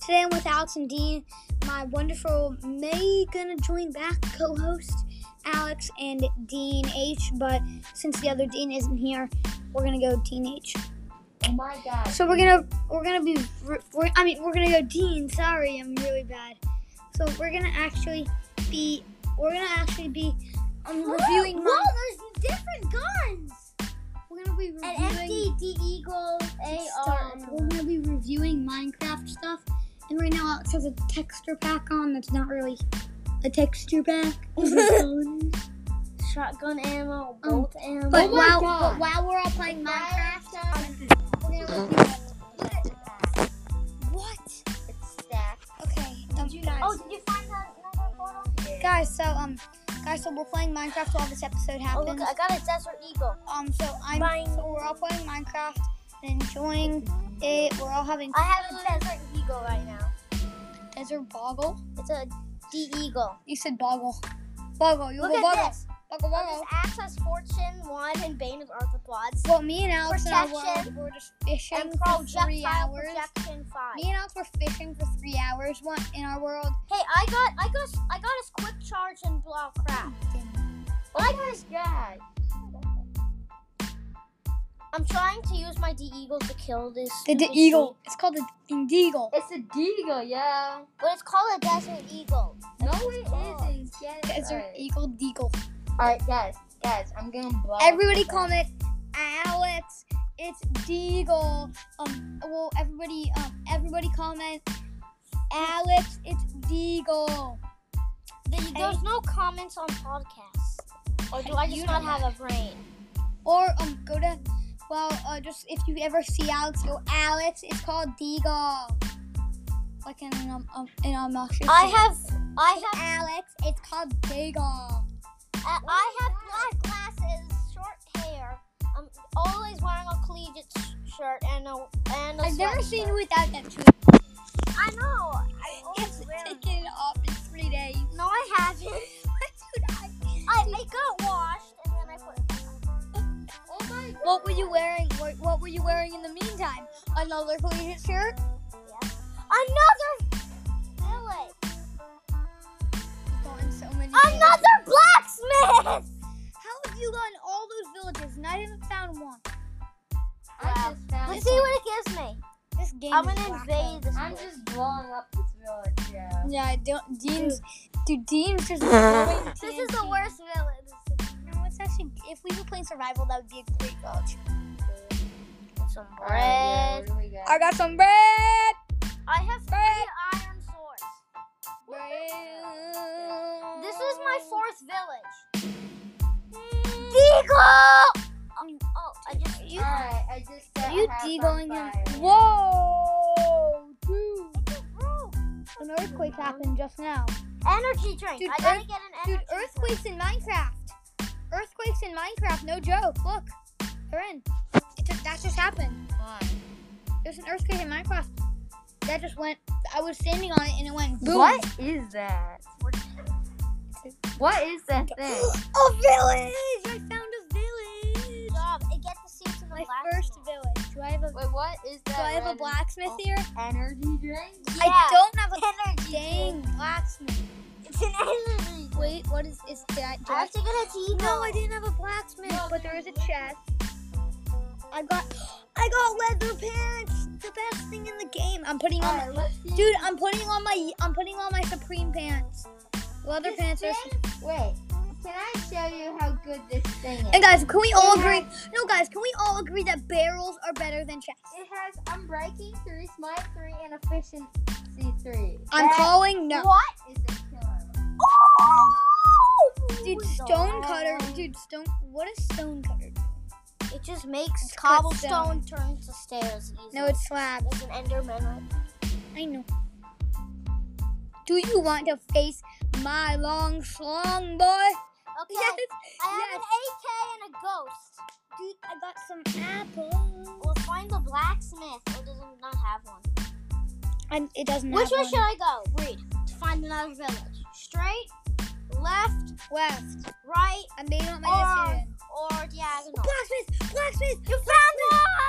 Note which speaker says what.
Speaker 1: Today I'm with Alex and Dean. My wonderful, may gonna join back co-host Alex and Dean H. But since the other Dean isn't here, we're gonna go Dean H.
Speaker 2: Oh my god.
Speaker 1: So we're gonna we're gonna be we're, I mean we're gonna go Dean. Sorry, I'm really bad. So we're gonna actually be we're gonna actually be um, reviewing.
Speaker 2: Whoa,
Speaker 1: my-
Speaker 2: whoa, there's different guns.
Speaker 1: we're gonna be
Speaker 2: An
Speaker 1: reviewing
Speaker 2: FD, D um, Eagle, AR.
Speaker 1: stuff. We're gonna be reviewing Minecraft stuff. And right now Alex has a texture pack on that's not really a texture pack. Those are guns.
Speaker 2: Shotgun ammo,
Speaker 1: Um,
Speaker 2: bolt ammo.
Speaker 1: But
Speaker 2: Oh my
Speaker 1: while
Speaker 2: God.
Speaker 1: but while we're all playing Minecraft,
Speaker 2: Minecraft. We're gonna look at that.
Speaker 1: what?
Speaker 2: It's stacked.
Speaker 1: Okay, don't you guys.
Speaker 2: Oh, did you find that another photo?
Speaker 1: Guys, so um, guys, so we're playing Minecraft while this episode
Speaker 2: Oh,
Speaker 1: happens.
Speaker 2: look, I got a desert eagle.
Speaker 1: um, so I'm
Speaker 2: Mine.
Speaker 1: so we're all playing Minecraft and enjoying it. We're all having
Speaker 2: I have a desert eagle right now.
Speaker 1: desert boggle.
Speaker 2: It's a D Eagle.
Speaker 1: You said boggle, boggle. You
Speaker 2: Look
Speaker 1: have a
Speaker 2: at
Speaker 1: boggle.
Speaker 2: this.
Speaker 1: Boggle,
Speaker 2: Oh,
Speaker 1: boggle.
Speaker 2: There's Access Fortune 1 and Bane of Arthropods.
Speaker 1: Well, me and Alex and
Speaker 2: Protection.
Speaker 1: I were, were just fishing
Speaker 2: And
Speaker 1: for three
Speaker 2: Projectile
Speaker 1: hours.
Speaker 2: Projection 5.
Speaker 1: Me and Alex were fishing for three hours one in our world.
Speaker 2: Hey, I got, I got, I got his quick charge and blah crap.
Speaker 1: Oh
Speaker 2: I got his guy. I'm trying to use my D Eagle to kill this.
Speaker 1: The, the
Speaker 2: stupid
Speaker 1: eagle. It's called the deagle.
Speaker 3: It's a deagle, yeah.
Speaker 2: sheep. But it's called a desert eagle.
Speaker 3: No, it
Speaker 2: Oh.
Speaker 3: isn't. Get it
Speaker 1: Desert
Speaker 3: right.
Speaker 1: eagle deagle.
Speaker 3: All right, guys, guys, I'm gonna
Speaker 2: Oh,
Speaker 3: block.
Speaker 1: Everybody comment, Alex, it's Deagle. Um, well, everybody, um, everybody comment, Alex, it's Deagle.
Speaker 2: There- There's no comments on podcasts. Or do I
Speaker 1: You
Speaker 2: just
Speaker 1: know
Speaker 2: not have a brain?
Speaker 1: Or um, go to, well, uh, just if you ever see Alex, go Alex. It's called Deagle. Like in um, um in um,
Speaker 2: I have, I have,
Speaker 1: Alex. It's called Deagle.
Speaker 2: I I have black glasses, short hair. I'm always wearing a collegiate sh- shirt and a and a.
Speaker 1: I've never
Speaker 2: sweatshirt.
Speaker 1: seen you without that too.
Speaker 2: I know. I
Speaker 1: You
Speaker 2: always
Speaker 1: have
Speaker 2: wear.
Speaker 1: to take it off in three days.
Speaker 2: No, I haven't. I, I got washed and then I put it back on. Oh my god.
Speaker 1: What were you wearing? What, what were you wearing in the meantime? Another collegiate shirt?
Speaker 2: Yeah. Another villain.
Speaker 1: Gone so many. villages.
Speaker 2: Another blacksmith.
Speaker 1: How have you gone all those villages and I haven't found one?
Speaker 3: I just found
Speaker 2: Let's
Speaker 3: it.
Speaker 2: see what it gives me.
Speaker 1: This game.
Speaker 2: I'm
Speaker 1: is
Speaker 2: gonna
Speaker 1: wacko.
Speaker 2: invade this.
Speaker 3: I'm
Speaker 2: place.
Speaker 3: just blowing up this village, yeah.
Speaker 1: Yeah, I don't. Dean's. Dude, Dean's just. throwing
Speaker 2: This is
Speaker 1: TNT.
Speaker 2: the worst village.
Speaker 1: No, it's actually. If we were playing survival, that would be a great village.
Speaker 2: Some
Speaker 3: All right,
Speaker 2: bread.
Speaker 3: yeah, really good.
Speaker 1: I got some bread.
Speaker 2: I have three iron swords.
Speaker 1: Bread.
Speaker 2: This is my fourth village. Deagle. Oh, oh, I just.
Speaker 1: You,
Speaker 3: All right, I just set
Speaker 1: you
Speaker 3: a house
Speaker 1: deagling
Speaker 3: on
Speaker 1: him?
Speaker 3: fire.
Speaker 1: Whoa, dude!
Speaker 2: Bro,
Speaker 1: An earthquake happened just now.
Speaker 2: Energy drink.
Speaker 1: Dude,
Speaker 2: I gotta
Speaker 1: earth-
Speaker 2: get an energy
Speaker 1: Dude, earthquakes in Minecraft. Earthquakes in Minecraft, no joke. Look, they're in. It just, that just happened.
Speaker 3: Why?
Speaker 1: There's an earthquake in Minecraft. That just went. I was standing on it and it went. Boom.
Speaker 3: What is that? What is that thing?
Speaker 1: a village! I found a village.
Speaker 2: Good job. It gets the seats in the
Speaker 1: My
Speaker 2: black
Speaker 1: first
Speaker 2: one.
Speaker 1: village. Do I have a
Speaker 3: Wait, what is that?
Speaker 1: Do I have a
Speaker 3: red
Speaker 1: blacksmith here?
Speaker 3: energy drink?
Speaker 2: Yeah,
Speaker 1: I don't have a dang blacksmith.
Speaker 2: It's an energy. drink.
Speaker 1: Wait, what is is that? do
Speaker 2: I have to get a tea.
Speaker 1: No, I didn't have a blacksmith,
Speaker 3: No,
Speaker 1: but there is a chest. I got, I got leather pants, the best thing in the game. I'm putting
Speaker 3: All
Speaker 1: on, my,
Speaker 3: right, let's see.
Speaker 1: dude, I'm putting on my, I'm putting on my Supreme pants. Leather
Speaker 3: This
Speaker 1: pants are.
Speaker 3: thing? Wait, can I show you how good this thing is?
Speaker 1: And guys, can we all
Speaker 3: It
Speaker 1: agree? No, guys, can we all agree that barrels are better than chests?
Speaker 3: It has I'm breaking three, smite three, and efficiency three.
Speaker 1: I'm
Speaker 3: That
Speaker 1: calling no,
Speaker 3: What is a killer?
Speaker 1: dude. Stone cutter, dude. Stone. What is stone cutter?
Speaker 2: It just makes
Speaker 1: It's cut
Speaker 2: cobblestone turn to stairs easily.
Speaker 1: No, it's slabs.
Speaker 2: There's an enderman right
Speaker 1: I know. Do you want to face my long slong, boy?
Speaker 2: Okay,
Speaker 1: Yes.
Speaker 2: I have
Speaker 1: yes.
Speaker 2: an AK and a ghost.
Speaker 1: Dude, I got some apples.
Speaker 2: We'll find the blacksmith. Or does it not have one?
Speaker 1: I'm, it doesn't
Speaker 2: Which way
Speaker 1: have
Speaker 2: should I go? Read. To find another village. Straight, left,
Speaker 1: one. Left.
Speaker 2: right,
Speaker 1: I made up my
Speaker 2: or,
Speaker 1: decision.
Speaker 2: or diagonal.
Speaker 1: Blacksmith! Blacksmith!
Speaker 2: You found